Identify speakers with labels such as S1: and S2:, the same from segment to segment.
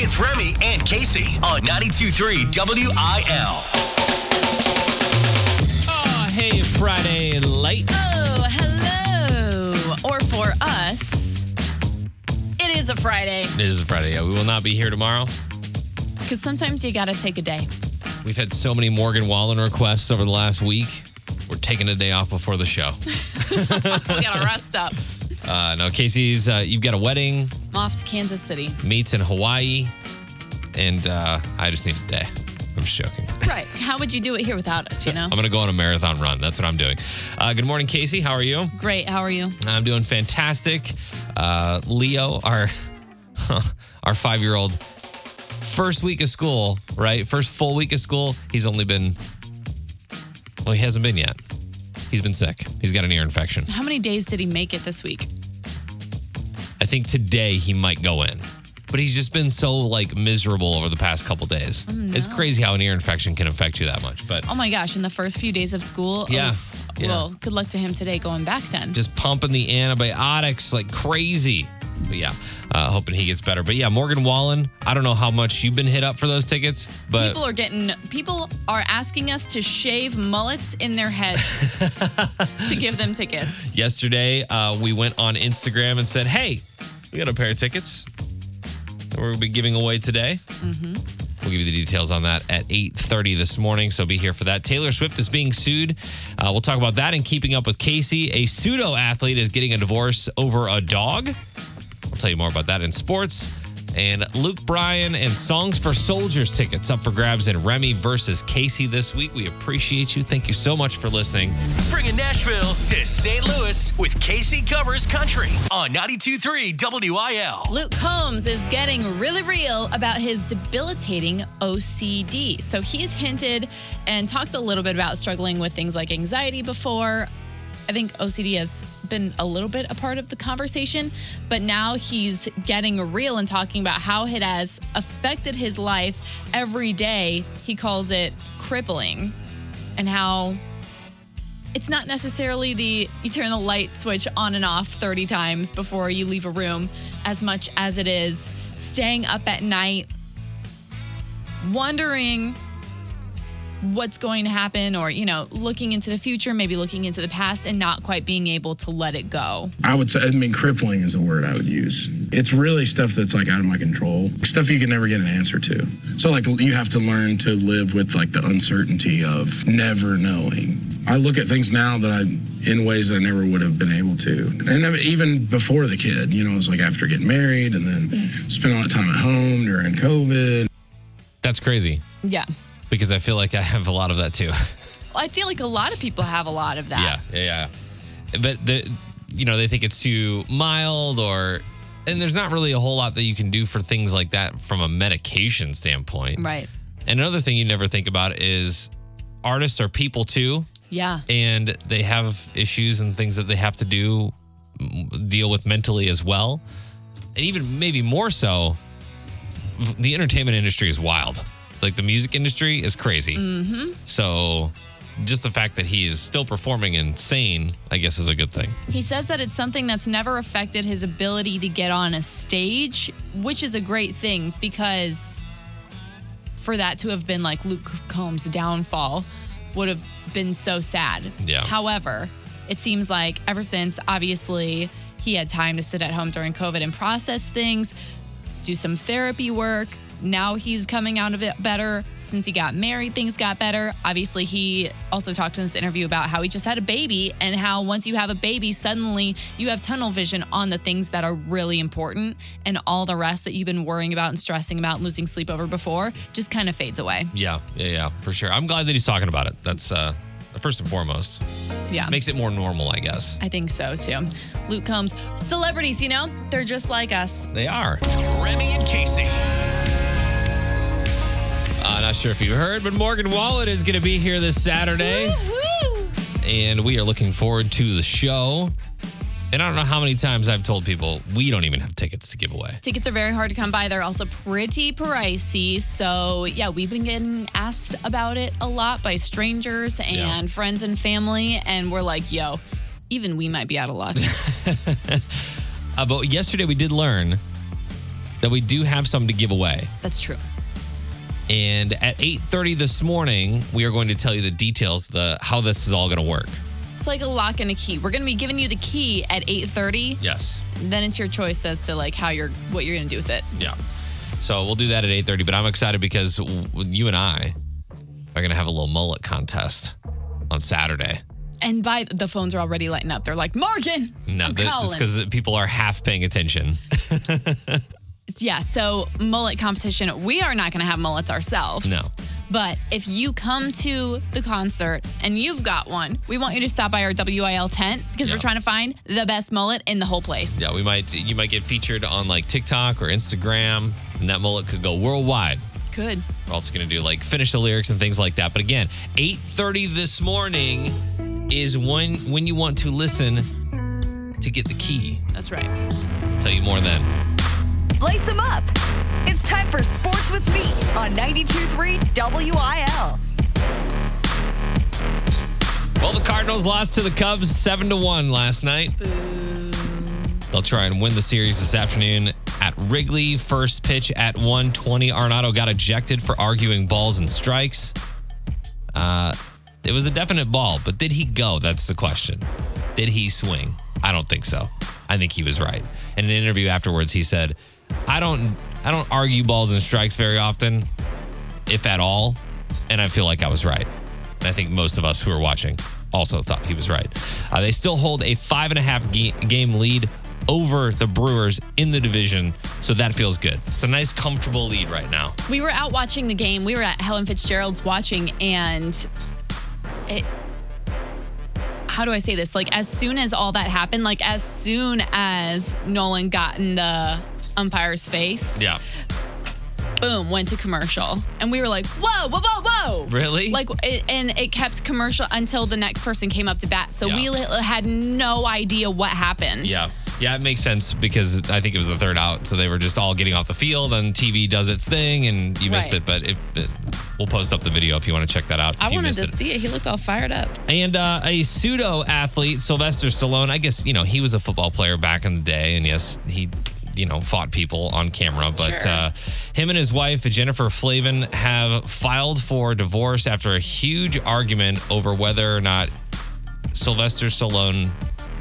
S1: It's Remy and Casey on 92.3 WIL.
S2: Oh, hey, Friday light.
S3: Oh, hello. Or for us, it is a Friday
S2: It is a Friday. Yeah, we will not be here tomorrow.
S3: because sometimes you got to take a day.
S2: We've had so many Morgan Wallen requests over the last week. We're taking a day off before the show.
S3: We got to rest up.
S2: Uh, no, Casey's, uh, you've got a wedding,
S3: I'm off to Kansas City.
S2: meets in Hawaii, and uh, I just need a day. I'm just joking.
S3: Right. How would you do it here without us, you know?
S2: I'm going to go on a marathon run. That's what I'm doing. Uh, good morning, Casey. How are you?
S3: Great. How are you?
S2: I'm doing fantastic. Uh, Leo, our our five year old, first week of school, right? First full week of school. He's only been well, he hasn't been yet. He's been sick. He's got an ear infection.
S3: How many days did he make it this week?
S2: I think today he might go in, but he's just been so like miserable over the past couple days. It's crazy how an ear infection can affect you that much. But
S3: Oh my gosh, in the first few days of school?
S2: Yeah.
S3: Oof.
S2: Yeah.
S3: Well, good luck to him today going back then.
S2: just pumping the antibiotics like crazy. But yeah, uh, hoping he gets better. But yeah, Morgan Wallen, I don't know how much you've been hit up for those tickets, but
S3: People are getting people are asking us to shave mullets in their heads to give them tickets.
S2: yesterday uh, we went on Instagram and said, hey, we got a pair of tickets that we're going to be giving away today. We'll give you the details on that at 8.30 this morning, so be here for that. Taylor Swift is being sued. Uh, we'll talk about that in Keeping Up With Casey. A pseudo-athlete is getting a divorce over a dog. I'll tell you more about that in sports. And Luke Bryan and Songs for Soldiers tickets up for grabs in Remy versus Casey this week. We appreciate you. Thank you so much for listening.
S1: Bringing Nashville to St. Louis with Casey Covers Country on 92.3 WIL.
S3: Luke Combs is getting really real about his debilitating OCD. So he's hinted and talked a little bit about struggling with things like anxiety before. I think OCD has been a little bit a part of the conversation, but now he's getting real and talking about how it has affected his life every day. He calls it crippling and how it's not necessarily the you turn the light switch on and off 30 times before you leave a room as much as it is staying up at night wondering what's going to happen or you know looking into the future maybe looking into the past and not quite being able to let it go
S4: I would say, I mean, crippling is the word I would use. It's really stuff that's like out of my control, stuff you can never get an answer to. So, like, you have to learn to live with like the uncertainty of never knowing. I look at things now that I, in ways that I never would have been able to. And I mean, even before the kid, you know, it was like after getting married and then spent all that time at home during COVID.
S2: That's crazy.
S3: yeah
S2: because I feel like I have a lot of that too.
S3: i feel like a lot of people have a lot of that
S2: yeah, yeah, yeah. But the, you know, they think it's too mild, or and there's not really a whole lot that you can do for things like that from a medication standpoint.
S3: right
S2: And another thing you never think about is artists are people too,
S3: yeah
S2: and they have issues and things that they have to do mm, deal with mentally as well, and even maybe more so. f- The entertainment industry is wild. Like the music industry is crazy. So, just the fact that he is still performing and sane, I guess, is a good thing.
S3: He says that it's something that's never affected his ability to get on a stage, which is a great thing because for that to have been like Luke Combs' downfall would have been so sad.
S2: Yeah.
S3: However, it seems like ever since, obviously, he had time to sit at home during COVID and process things, do some therapy work. Now he's coming out of it better. Since he got married, things got better. Obviously, he also talked in this interview about how he just had a baby and how once you have a baby, suddenly you have tunnel vision on the things that are really important and all the rest that you've been worrying about and stressing about, and losing sleep over before, just kind of fades away.
S2: Yeah, yeah, yeah, for sure. I'm glad that he's talking about it. That's uh, first and foremost.
S3: Yeah.
S2: Makes it more normal, I guess.
S3: I think so too. Luke Combs, celebrities, you know, they're just like us.
S2: They are.
S1: Remy and Casey.
S2: Uh, not sure if you heard, but Morgan Wallen is going to be here this Saturday,
S3: Woo!
S2: and we are looking forward to the show. And I don't know how many times I've told people we don't even have tickets to give away.
S3: Tickets are very hard to come by. They're also pretty pricey. So, yeah, we've been getting asked about it a lot by strangers and
S2: Yeah.
S3: friends and family. And we're like, yo, even we might be out of luck.
S2: Uh, but yesterday we did learn that we do have some to give away.
S3: That's true.
S2: And at 8:30 this morning, we are going to tell you the details, the how this is all going to work.
S3: It's like a lock and a key. We're going to be giving you the key at 8:30.
S2: Yes.
S3: Then it's your choice as to like how you're what you're going to do with it.
S2: Yeah. So we'll do that at 8:30, but I'm excited because w- you and I are going to have a little mullet contest on Saturday.
S3: And by the phones are already lighting up. They're like, "Morgan."
S2: No,
S3: I'm
S2: th- it's
S3: calling."
S2: because people are half paying attention.
S3: yeah, so mullet competition, we are not going to have mullets ourselves.
S2: No.
S3: But if you come to the concert and you've got one, we want you to stop by our WIL tent because
S2: Yeah.
S3: we're trying to find the best mullet in the whole place.
S2: yeah, we might you might get featured on like TikTok or Instagram, and that mullet could go worldwide.
S3: Good.
S2: We're also going to do like finish the lyrics and things like that. But again, 8:30 this morning is when when you want to listen to get the key.
S3: That's right.
S2: tell you more then.
S5: Lace them up. It's time for Sports with Meat on 92.3 WIL.
S2: Well, the Cardinals lost to the Cubs 7 to 1 last night. They'll try and win the series this afternoon at Wrigley. First pitch at 120. Arnado got ejected for arguing balls and strikes. Uh, it was a definite ball, but did he go? That's the question. Did he swing? I don't think so. I think he was right. In an interview afterwards, he said, "I don't, I don't argue balls and strikes very often, if at all, and I feel like I was right." And I think most of us who are watching also thought he was right. Uh, they still hold a five and a half ga- game lead over the Brewers in the division, so that feels good. It's a nice, comfortable lead right now.
S3: We were out watching the game. We were at Helen Fitzgerald's watching, and it. How do I say this? Like, as soon as all that happened, like, as soon as Nolan got in the umpire's face,
S2: Yeah.
S3: boom, went to commercial. And we were like, whoa, whoa, whoa, whoa.
S2: Really?
S3: Like, it, and it kept commercial until the next person came up to bat. So
S2: Yeah.
S3: we li- had no idea what happened.
S2: Yeah. Yeah, it makes sense because I think it was the third out. So they were just all getting off the field and TV does its thing and you missed
S3: Right.
S2: it. But if it, we'll post up the video if you want to check that out.
S3: I
S2: if you
S3: wanted
S2: missed
S3: to
S2: it.
S3: see it. He looked all fired up.
S2: And uh, a pseudo athlete, Sylvester Stallone, I guess, you know, he was a football player back in the day. And yes, he, you know, fought people on camera. But
S3: Sure.
S2: uh, him and his wife, Jennifer Flavin, have filed for divorce after a huge argument over whether or not Sylvester Stallone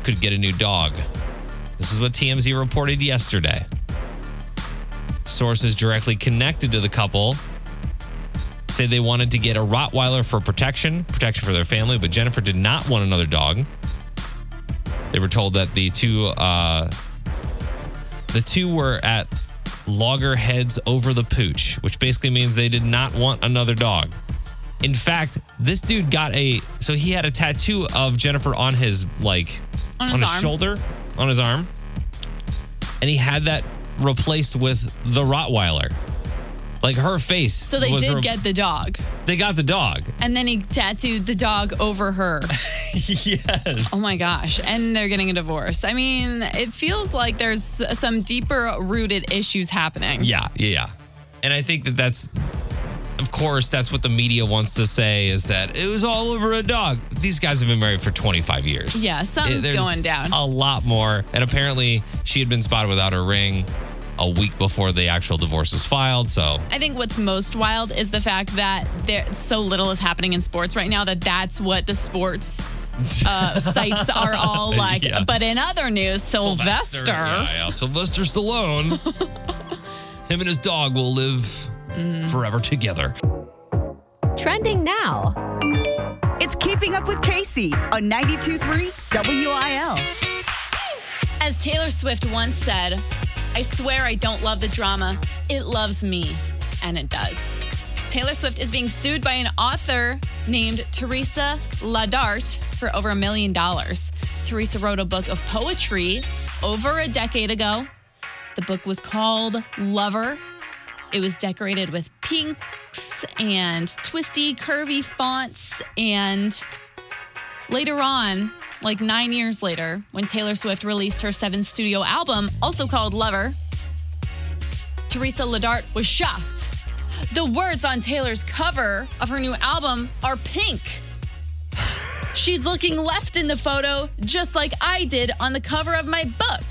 S2: could get a new dog. This is what TMZ reported yesterday. Sources directly connected to the couple say they wanted to get a Rottweiler for protection, protection for their family, but Jennifer did not want another dog. They were told that the two uh, the two were at loggerheads over the pooch, which basically means they did not want another dog. In fact, this dude got a so he had a tattoo of Jennifer on his like
S3: On his arm.
S2: shoulder, on his arm. And he had that replaced with the Rottweiler. Like her face.
S3: So they
S2: was
S3: did
S2: re-
S3: get the dog.
S2: they got the dog.
S3: And then he tattooed the dog over her.
S2: Yes.
S3: Oh my gosh. And they're getting a divorce. I mean, it feels like there's some deeper rooted issues happening.
S2: Yeah, yeah, yeah. And I think that that's, of course, that's what the media wants to say is that it was all over a dog. These guys have been married for 25 years.
S3: Yeah, something's
S2: There's
S3: going down.
S2: A lot more. And apparently, she had been spotted without her ring a week before the actual divorce was filed. So,
S3: I think what's most wild is the fact that there so little is happening in sports right now that that's what the sports uh, sites are all like.
S2: Yeah.
S3: But in other news, Sylvester,
S2: Yeah, yeah. Sylvester Stallone. Him and his dog will live
S3: Mm-hmm.
S2: forever together.
S5: Trending now. It's Keeping Up with Casey on 92.3 WIL.
S3: as Taylor Swift once said, I swear I don't love the drama. It loves me. And it does. Taylor Swift is being sued by an author named Teresa Ladart for over a million dollars. Teresa wrote a book of poetry over a decade ago. The book was called Lover. It was decorated with pinks and twisty, curvy fonts. And later on, like nine years later, when Taylor Swift released her seventh studio album, also called Lover, Teresa Ladart was shocked. The words on Taylor's cover of her new album are pink. She's looking left in the photo, just like I did on the cover of my book.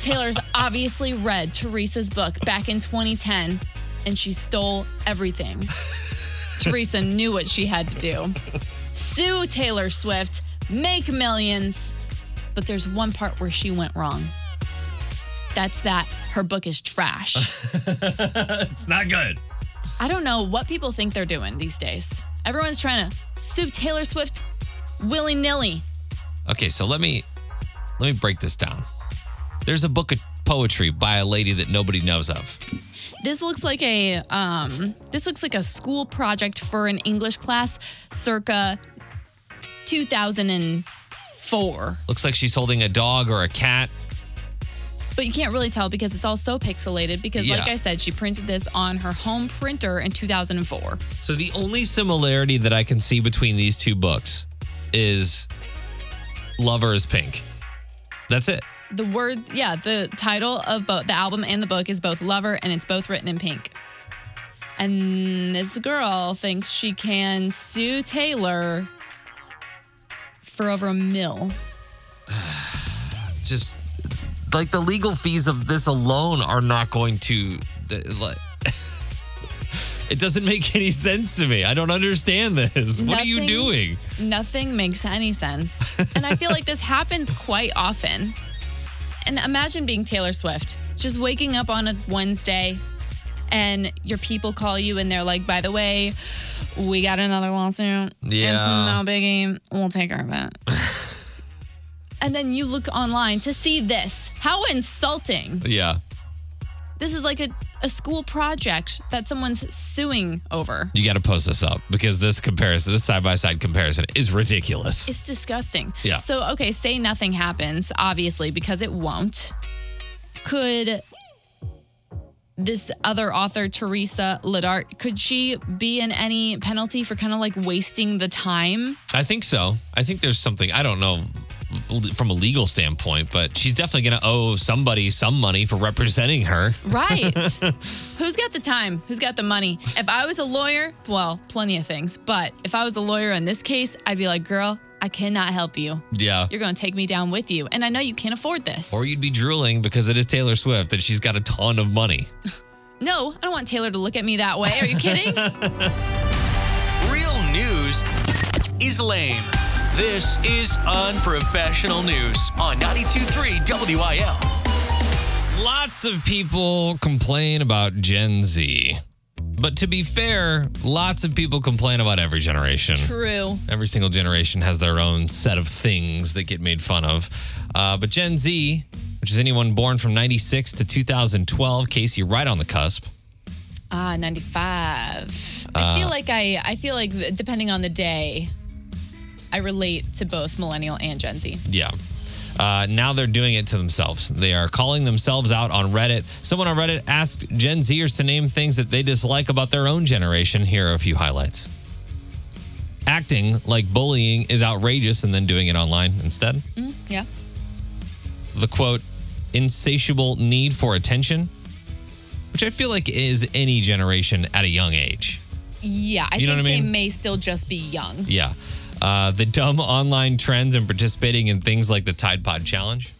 S3: Taylor's obviously read Teresa's book back in 2010 and she stole everything. Teresa knew what she had to do sue Taylor Swift, make millions. But there's one part where she went wrong. That's that her book is trash.
S2: It's not good.
S3: I don't know what people think they're doing these days. Everyone's trying to sue Taylor Swift willy nilly.
S2: Okay, so let me let me break this down. There's a book of poetry by a lady that nobody knows of.
S3: This looks like a um, this looks like a school project for an English class, circa 2004.
S2: Looks like she's holding a dog or a cat.
S3: But you can't really tell because it's all so pixelated. Because, like
S2: Yeah.
S3: I said, she printed this on her home printer in 2004.
S2: So the only similarity that I can see between these two books is Lover is Pink. That's it.
S3: The word, yeah, the title of both the album and the book is both Lover and it's both written in pink. And this girl thinks she can sue Taylor for over a mill.
S2: Just like the legal fees of this alone are not going to the- like it doesn't make any sense to me. I don't understand this. What are you
S3: Nothing-
S2: doing?
S3: Nothing makes any sense. And I feel like this happens quite often. And imagine being Taylor Swift, just waking up on a Wednesday and your people call you and they're like, by the way, we got another lawsuit. It's
S2: Yeah.
S3: no biggie. We'll take care of it. and then you look online to see this. How insulting.
S2: Yeah.
S3: This is like a, a school project that someone's suing over.
S2: You got to post this up because this comparison, this side by side comparison, is ridiculous.
S3: It's disgusting.
S2: Yeah.
S3: So, okay, say nothing happens, obviously, because it won't. Could this other author, Teresa Ladart, could she be in any penalty for kind of like wasting the time?
S2: I think so. I think there's something I don't know from a legal standpoint, but she's definitely going to owe somebody some money for representing her.
S3: Right. Who's got the time? Who's got the money? If I was a lawyer, well, plenty of things, but if I was a lawyer in this case, I'd be like, girl, I cannot help you.
S2: Yeah.
S3: You're going to take me down with you. And I know you can't afford this.
S2: Or you'd be drooling because it is Taylor Swift and she's got a ton of money.
S3: no, I don't want Taylor to look at me that way. Are you kidding?
S1: Real news is lame. This is unprofessional news on 923 WIL.
S2: Lots of people complain about Gen Z. But to be fair, lots of people complain about every generation.
S3: True.
S2: Every single generation has their own set of things that get made fun of. Uh, but Gen Z, which is anyone born from 96 to 2012, Casey, right on the cusp.
S3: Ah, 95. I
S2: Ah.
S3: feel like I I feel like depending on the day, I relate to both millennial and Gen Z.
S2: Yeah. Uh, now they're doing it to themselves. They are calling themselves out on Reddit. Someone on Reddit asked Gen Zers to name things that they dislike about their own generation. Here are a few highlights. Acting like bullying is outrageous and then doing it online instead.
S3: Yeah.
S2: the quote insatiable need for attention which i feel like is any generation at a young age
S3: Yeah, I
S2: You know
S3: think
S2: what I
S3: they
S2: mean?
S3: may still just be young.
S2: yeah uh, the dumb online trends and participating in things like the tide pod challenge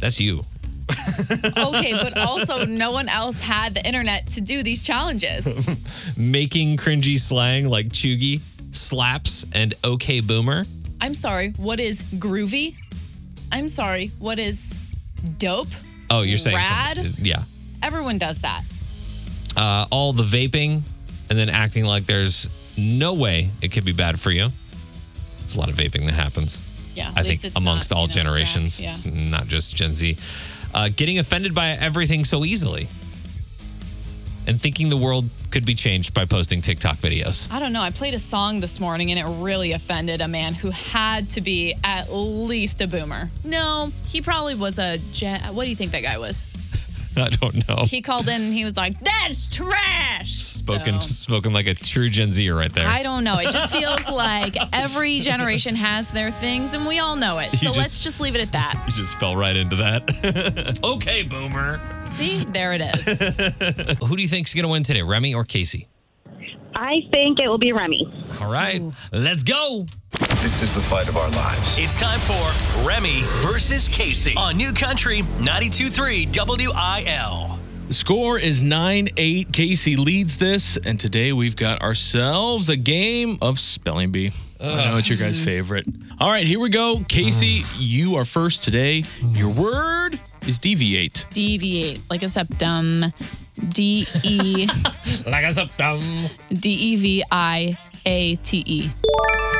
S2: that's you
S3: Okay, but also no one else had the internet to do these challenges.
S2: making cringy slang like chuggy slaps and okay boomer
S3: I'm sorry, what is groovy? I'm sorry, what is dope?
S2: oh you're saying
S3: Rad?
S2: yeah
S3: Everyone does that.
S2: uh, all the vaping and then acting like there's no way it could be bad for you there's a lot of vaping that happens
S3: Yeah. at
S2: I
S3: least
S2: think
S3: it's
S2: amongst
S3: not,
S2: all
S3: you know, crack.
S2: generations,
S3: Yeah.
S2: it's not just Gen Z. Uh, getting offended by everything so easily and thinking the world could be changed by posting TikTok videos.
S3: I don't know. I played a song this morning and it really offended a man who had to be at least a boomer. No, he probably was a gen. What do you think that guy was?
S2: I don't know.
S3: He called in and he was like, "That's trash."
S2: Spoken,
S3: So,
S2: spoken like a true Gen Zer right there.
S3: I don't know. It just feels like every generation has their things, and we all know it. So
S2: just-
S3: let's just leave it at that.
S2: you just fell right into that. okay, boomer.
S3: See, there it is.
S2: Who do you think's going to win today, Remy or Casey?
S6: I think it will be Remy.
S2: All right, let's go.
S6: This is the fight of our lives.
S1: It's time for Remy versus Casey on New Country 923 WIL.
S7: The score is 9 8. Casey leads this. And today we've got ourselves a game of Spelling Bee. I know it's your guys' favorite. All right, here we go. Casey, you are first today. Your word is deviate.
S3: Deviate, like a septum. D E
S2: Like I said, um,
S3: D E V I A T E.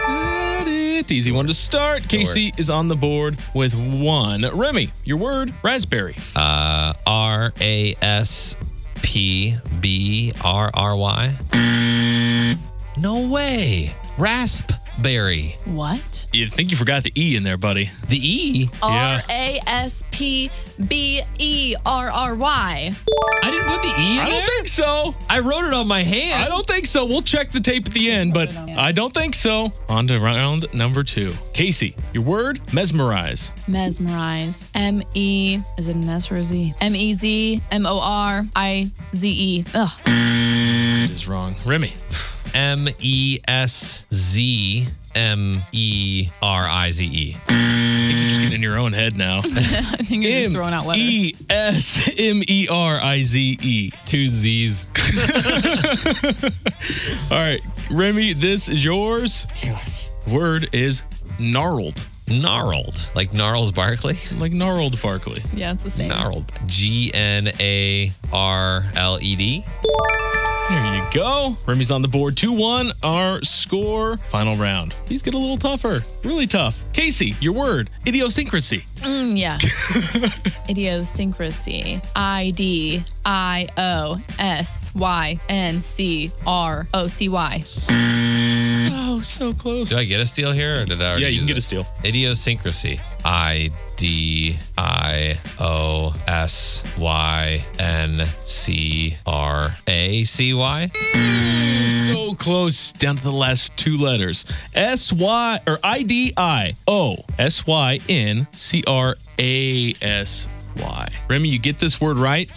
S7: Got it. Easy one to start. Casey is on the board with one. Remy, your word, raspberry.
S2: Uh, R A S P B R R Y. No way. Raspberry.
S3: What?
S7: You think you forgot the E in there, buddy.
S2: The E.
S7: Yeah.
S3: R A S P B E R R Y.
S2: I didn't put the E in
S7: I don't
S2: there.
S7: think so.
S2: I wrote it on my hand.
S7: I don't think so. We'll check the tape at the end, but I don't think so. On to round number two. Casey, your word mesmerize.
S3: Mesmerize. M E. Is it an S or a Z? M E Z M O R I Z E. Ugh.
S7: It is wrong. Remy,
S2: M E S Z M E R I Z E.
S7: I think you're just getting in your own head now.
S3: I think you're just throwing out letters.
S7: E S M E R I Z E.
S2: Two Z's.
S7: All right, Remy, this is yours. Word is gnarled,
S2: Gnarled. Like Gnarls Barkley.
S7: like gnarled Barkley.
S3: Yeah, it's the same.
S2: Gnarled. G N A R L E D.
S7: There you go. Remy's on the board. 2 1, our score. Final round. These get a little tougher. Really tough. Casey, your word idiosyncrasy.
S3: Mm, yes. Idiosyncrasy. I D I O S Y N C R O C Y.
S7: So, so
S2: Mm.
S7: close.
S2: Did I get a steal here or did I already
S7: Yeah, you
S2: use
S7: can get
S2: it?
S7: a steal.
S2: Idiosyncrasy. I D I O S Y N C R A C Y. Mm.
S7: So close down to the last two letters. S Y or I D I O S Y N C R A S Y. Remy, you get this word right.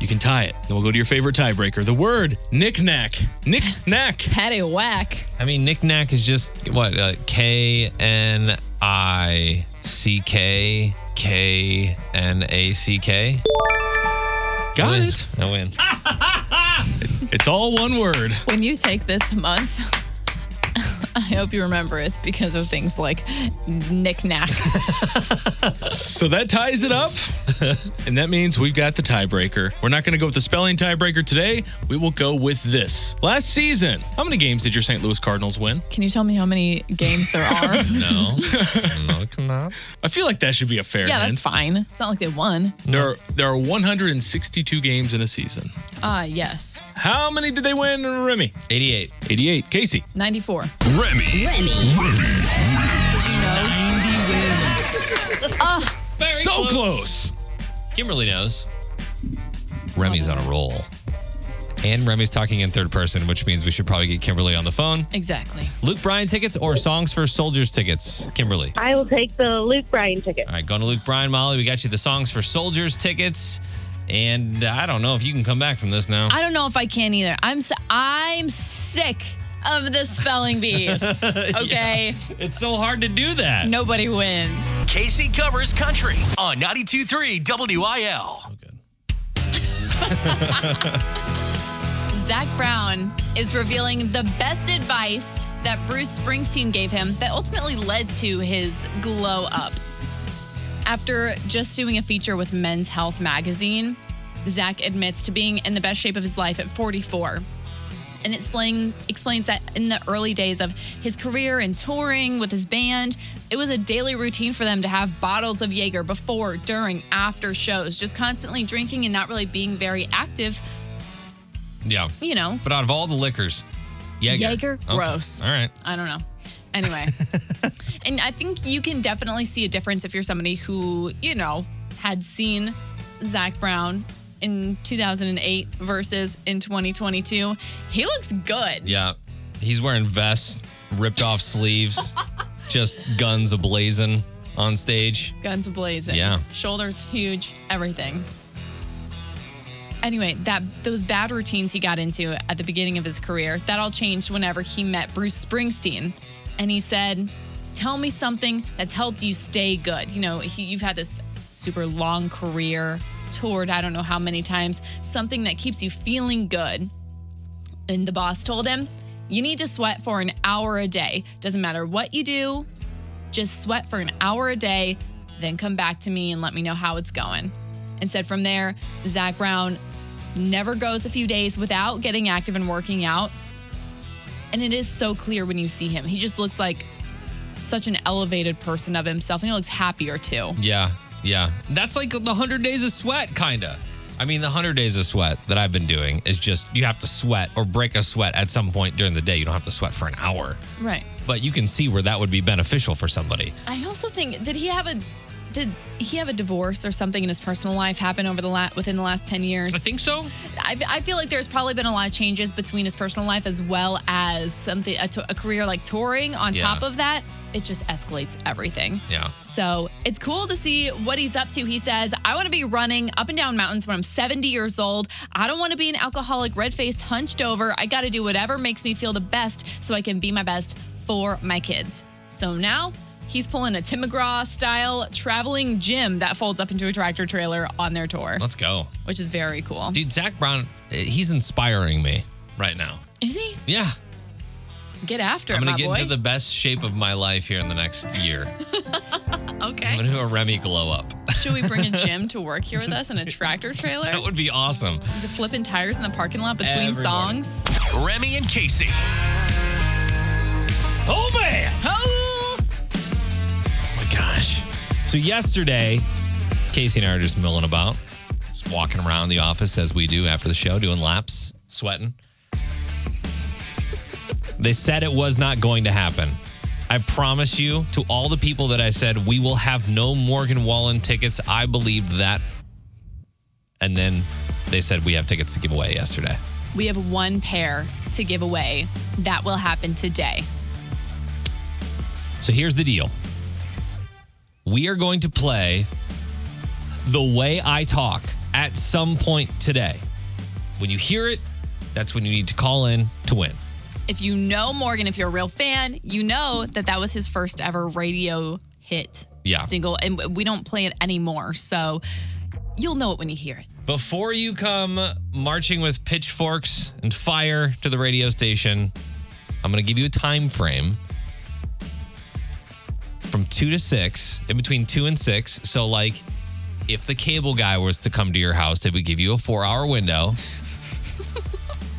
S7: You can tie it. Then we'll go to your favorite tiebreaker. The word knick-knack. Knick-knack.
S3: Patty whack.
S2: I mean, knickknack is just what? Uh, K N I C K K N I C K.
S7: Got
S2: I win.
S7: it.
S2: I win.
S7: It's all one word.
S3: When you take this month, I hope you remember it's because of things like knick-knack.
S7: So that ties it up. and that means we've got the tiebreaker. We're not going to go with the spelling tiebreaker today. We will go with this. Last season, how many games did your St. Louis Cardinals win?
S3: Can you tell me how many games there are?
S2: No. no, it cannot.
S7: I feel like that should be a fair
S3: yeah,
S7: hint.
S3: that's fine. It's not like they won.
S7: There are, there are 162 games in a season.
S3: Ah, yes.
S7: How many did they win, Remy?
S2: 88.
S7: 88. Casey.
S3: 94.
S6: Remy.
S7: so close.
S2: Kimberly knows. Remy's on a roll. And Remy's talking in third person, which means we should probably get Kimberly on the phone.
S3: Exactly.
S2: Luke Bryan tickets or Songs for Soldiers tickets? Kimberly.
S8: I will take the Luke Bryan ticket.
S2: All right, going to Luke Bryan, Molly. We got you the Songs for Soldiers tickets. And uh, I don't know if you can come back from this now.
S3: I don't know if I can either. I'm s I'm sick of the spelling bees. Okay.
S2: It's so hard to do that.
S3: Nobody wins.
S1: Casey covers country on 923 WIL.
S3: Zach Brown is revealing the best advice that Bruce Springsteen gave him that ultimately led to his glow up. After just doing a feature with Men's Health magazine, Zach admits to being in the best shape of his life at 44 and explain, explains that in the early days of his career and touring with his band, it was a daily routine for them to have bottles of Jaeger before, during, after shows, just constantly drinking and not really being very active,
S2: Yeah.
S3: you know,
S2: But out of all the liquors, Jaeger.
S3: Jaeger?
S2: Okay.
S3: Gross.
S2: All right.
S3: I don't know. Anyway, and I think you can definitely see a difference if you're somebody who, you know, had seen Zach Brown in 2008 versus in 2022. He looks good.
S2: Yeah. He's wearing vests, ripped off sleeves, just guns ablazing on stage.
S3: Guns blazing.
S2: Yeah.
S3: Shoulders huge, everything. Anyway, that those bad routines he got into at the beginning of his career, that all changed whenever he met Bruce Springsteen. and he said, Tell me something that's helped you stay good. You know, he, you've had this super long career, toured I don't know how many times, something that keeps you feeling good. And the boss told him, You need to sweat for an hour a day. Doesn't matter what you do, just sweat for an hour a day, then come back to me and let me know how it's going. And said from there, Zach Brown never goes a few days without getting active and working out. And it is so clear when you see him. He just looks like such an elevated person of himself and he looks happier too.
S2: Yeah, yeah. That's like the 100 days of sweat, kind of. I mean, the 100 days of sweat that I've been doing is just you have to sweat or break a sweat at some point during the day. You don't have to sweat for an hour,
S3: Right.
S2: but you can see where that would be beneficial for somebody.
S3: I also think did he have a did he have a divorce or something in his personal life happen over the la- within the last 10 years?
S2: I think so.
S3: I, I feel like there's probably been a lot of changes between his personal life as well as something a, to- a career like touring. On
S2: Yeah.
S3: top of that, it just escalates everything.
S2: Yeah.
S3: So it's cool to see what he's up to. He says, I want to be running up and down mountains when I'm 70 years old. I don't want to be an alcoholic, red faced, hunched over. I got to do whatever makes me feel the best so I can be my best for my kids. So now he's pulling a Tim McGraw style traveling gym that folds up into a tractor trailer on their tour,
S2: Let's go.
S3: which is very cool.
S2: Dude, Zach Brown, eh, he's inspiring me right now.
S3: Is he?
S2: Yeah.
S3: Get after
S2: I'm
S3: it,
S2: going
S3: my
S2: to get
S3: boy.
S2: into the best shape of my life here in the next year. I'm
S3: okay.
S2: going to do a Remy glow up.
S3: Should we bring a gym to work here with us in a tractor trailer?
S2: that would be awesome.
S3: The flipping tires in the parking lot between
S2: Every morning.
S3: songs.
S1: Remy and Casey.
S2: Oh, man.
S3: Oh!
S2: Oh my gosh. So yesterday, Casey and I are just milling about, just walking around the office as we do after the show, doing laps, sweating. they said it was not going to happen. I promise you to all the people that I said we will have no Morgan Wallen tickets. I believed that. And then they said we have tickets to give away yesterday.
S3: We have one pair to give away. That will happen today.
S2: So here's the deal. We are going to play The Way I Talk at some point today. When you hear it, that's when you need to call in to win.
S3: If you know Morgan, if you're a real fan, you know that that was his first ever radio hit
S2: Yeah.
S3: single. And we don't play it anymore. So you'll know it when you hear it.
S2: Before you come marching with pitchforks and fire to the radio station, I'm going to give you a time frame from 2 to 6, in between 2 and 6. So like if the cable guy was to come to your house, they would give you a 4-hour window.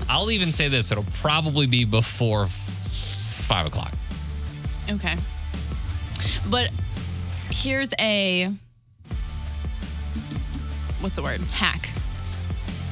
S2: I'll even say this, it'll probably be before f- 5 o'clock.
S3: Okay. But here's a what's the word? Hack.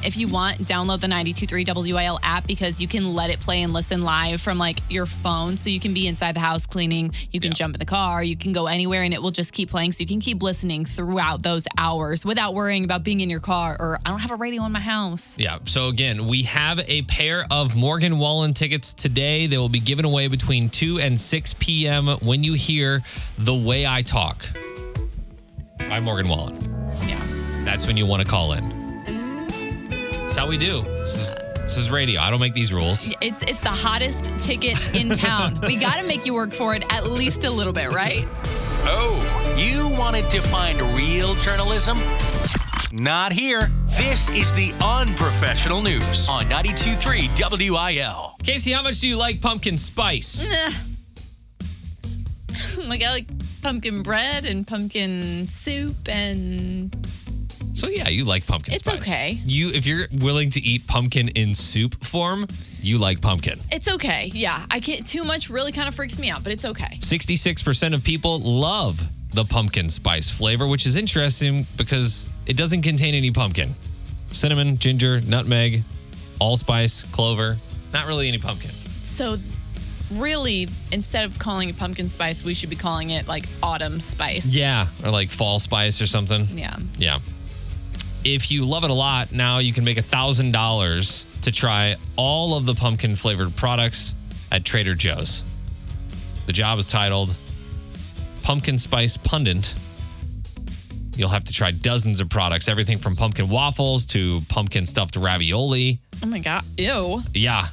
S3: If you want, download the 923 WIL app because you can let it play and listen live from like your phone. So you can be inside the house cleaning, you can
S2: Yeah.
S3: jump in the car, you can go anywhere and it will just keep playing. So you can keep listening throughout those hours without worrying about being in your car or I don't have a radio in my house.
S2: Yeah. So again, we have a pair of Morgan Wallen tickets today. They will be given away between 2 and 6 p.m. when you hear The Way I Talk by Morgan Wallen.
S3: Yeah.
S2: That's when you want to call in. That's how we do. This is this is radio. I don't make these rules.
S3: It's it's the hottest ticket in town. we gotta make you work for it at least a little bit, right?
S1: Oh, you wanted to find real journalism? Not here. This is the unprofessional news on 923 WIL.
S2: Casey, how much do you like pumpkin spice?
S3: Eh. like I like pumpkin bread and pumpkin soup and
S2: So yeah, you like pumpkin
S3: It's
S2: spice.
S3: okay.
S2: You if you're willing to eat pumpkin in soup form, you like pumpkin.
S3: it's okay. Yeah, I can't too much really kind of freaks me out, but it's okay.
S2: 66% of people love the pumpkin spice flavor, which is interesting because it doesn't contain any pumpkin. Cinnamon, ginger, nutmeg, allspice, clover, not really any pumpkin.
S3: So really instead of calling it pumpkin spice, we should be calling it like autumn spice.
S2: Yeah. Or like fall spice or something.
S3: Yeah.
S2: Yeah. If you love it a lot, now you can make $1,000 to try all of the pumpkin flavored products at Trader Joe's. The job is titled Pumpkin Spice Pundit. You'll have to try dozens of products, everything from pumpkin waffles to pumpkin stuffed ravioli.
S3: Oh my god. Ew.
S2: Yeah.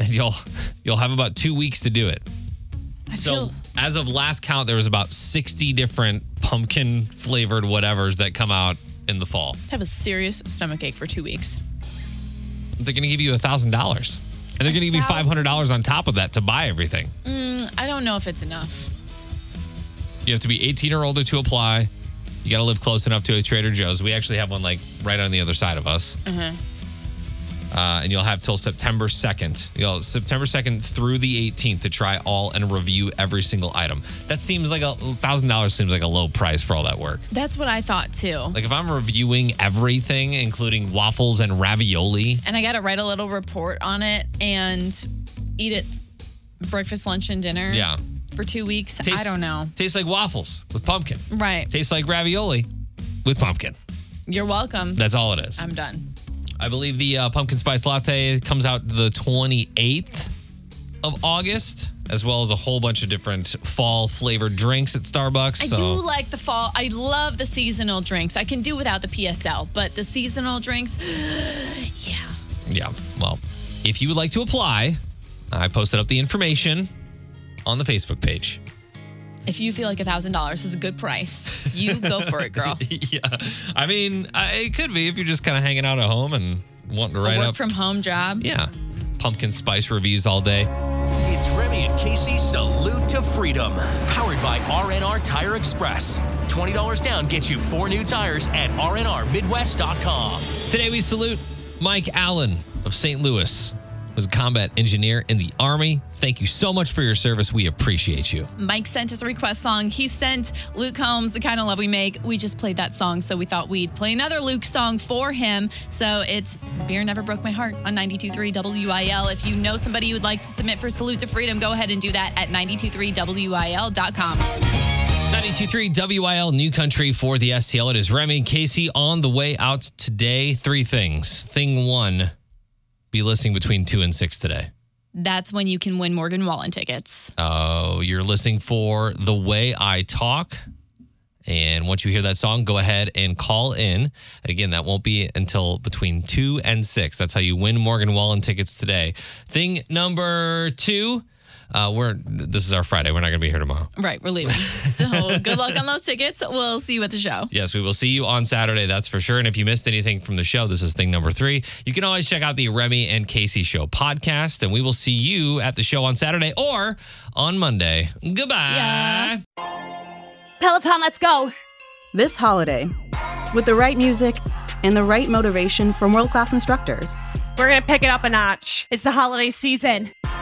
S2: And you'll you'll have about 2 weeks to do it. So
S3: feel-
S2: as of last count, there was about 60 different pumpkin flavored whatevers that come out in the fall.
S3: I have a serious stomach ache for two weeks.
S2: They're going to give you $1,000. And they're going to give you
S3: $1,000?
S2: $500 on top of that to buy everything.
S3: I don't know if it's enough.
S2: You have to be 18 or older to apply. You got to live close enough to a Trader Joe's. We actually have one like right on the other side of us.
S3: Mm-hmm.
S2: Uh, and you'll have till September 2nd. You'll September 2nd through the 18th to try all and review every single item. That seems like a thousand dollars seems like a low price for all that work.
S3: That's what I thought too.
S2: Like if I'm reviewing everything, including waffles and ravioli,
S3: And I got to write a little report on it and eat it breakfast, lunch, and dinner.
S2: Yeah.
S3: For two weeks. I
S2: tastes-
S3: don't know.
S2: Tastes like waffles with pumpkin.
S3: Right.
S2: Tastes like ravioli with pumpkin.
S3: You're welcome.
S2: That's all it is.
S3: I'm done.
S2: I believe the uh, pumpkin spice latte comes out the 28th of August, as well as a whole bunch of different fall flavored drinks at Starbucks. so
S3: I do like the fall. I love the seasonal drinks. I can do without the PSL, but the seasonal drinks, yeah.
S2: Yeah. Well, if you would like to apply, I posted up the information on the Facebook page.
S3: If you feel like $1,000 is a good price, you go for it, girl.
S2: yeah. I mean, I, it could be if you're just kind of hanging out at home and wanting to write
S3: Work
S2: up.
S3: from home job.
S2: yeah. Pumpkin spice reviews all day.
S1: It's Remy and Casey Salute to Freedom, powered by RNR Tire Express. $20 down gets you four new tires at rnrmidwest.com.
S2: Today we salute Mike Allen of St. Louis. Was a combat engineer in the Army. Thank you so much for your service. We appreciate you.
S3: Mike sent us a request song. He sent Luke Combs, The Kind of Love We Make. We just played that song, so we thought we'd play another Luke song for him. So it's Beer Never Broke My Heart on 92.3 WIL. If you know somebody you would like to submit for Salute to Freedom, go ahead and do that at 923wil.com.
S2: 92.3 WIL New Country for the STL. It is Remy and Casey on the way out today. Three things. Thing one, be listening between two and six today.
S3: That's when you can win Morgan Wallen tickets.
S2: Oh, you're listening for The Way I Talk. And once you hear that song, go ahead and call in. And again, that won't be until between two and six. That's how you win Morgan Wallen tickets today. Thing number two, uh, we're this is our Friday. We're not going to be here tomorrow.
S3: Right, we're leaving. So good luck on those tickets. We'll see you at the show.
S2: Yes, we will see you on Saturday, that's for sure. And if you missed anything from the show, this is thing number three. You can always check out the Remy and Casey Show podcast, and we will see you at the show on Saturday or on Monday. Goodbye.
S3: ya.
S9: Peloton, let's go.
S10: This holiday, with the right music and the right motivation from world class instructors,
S9: We're going to pick it up a notch. It's the holiday season.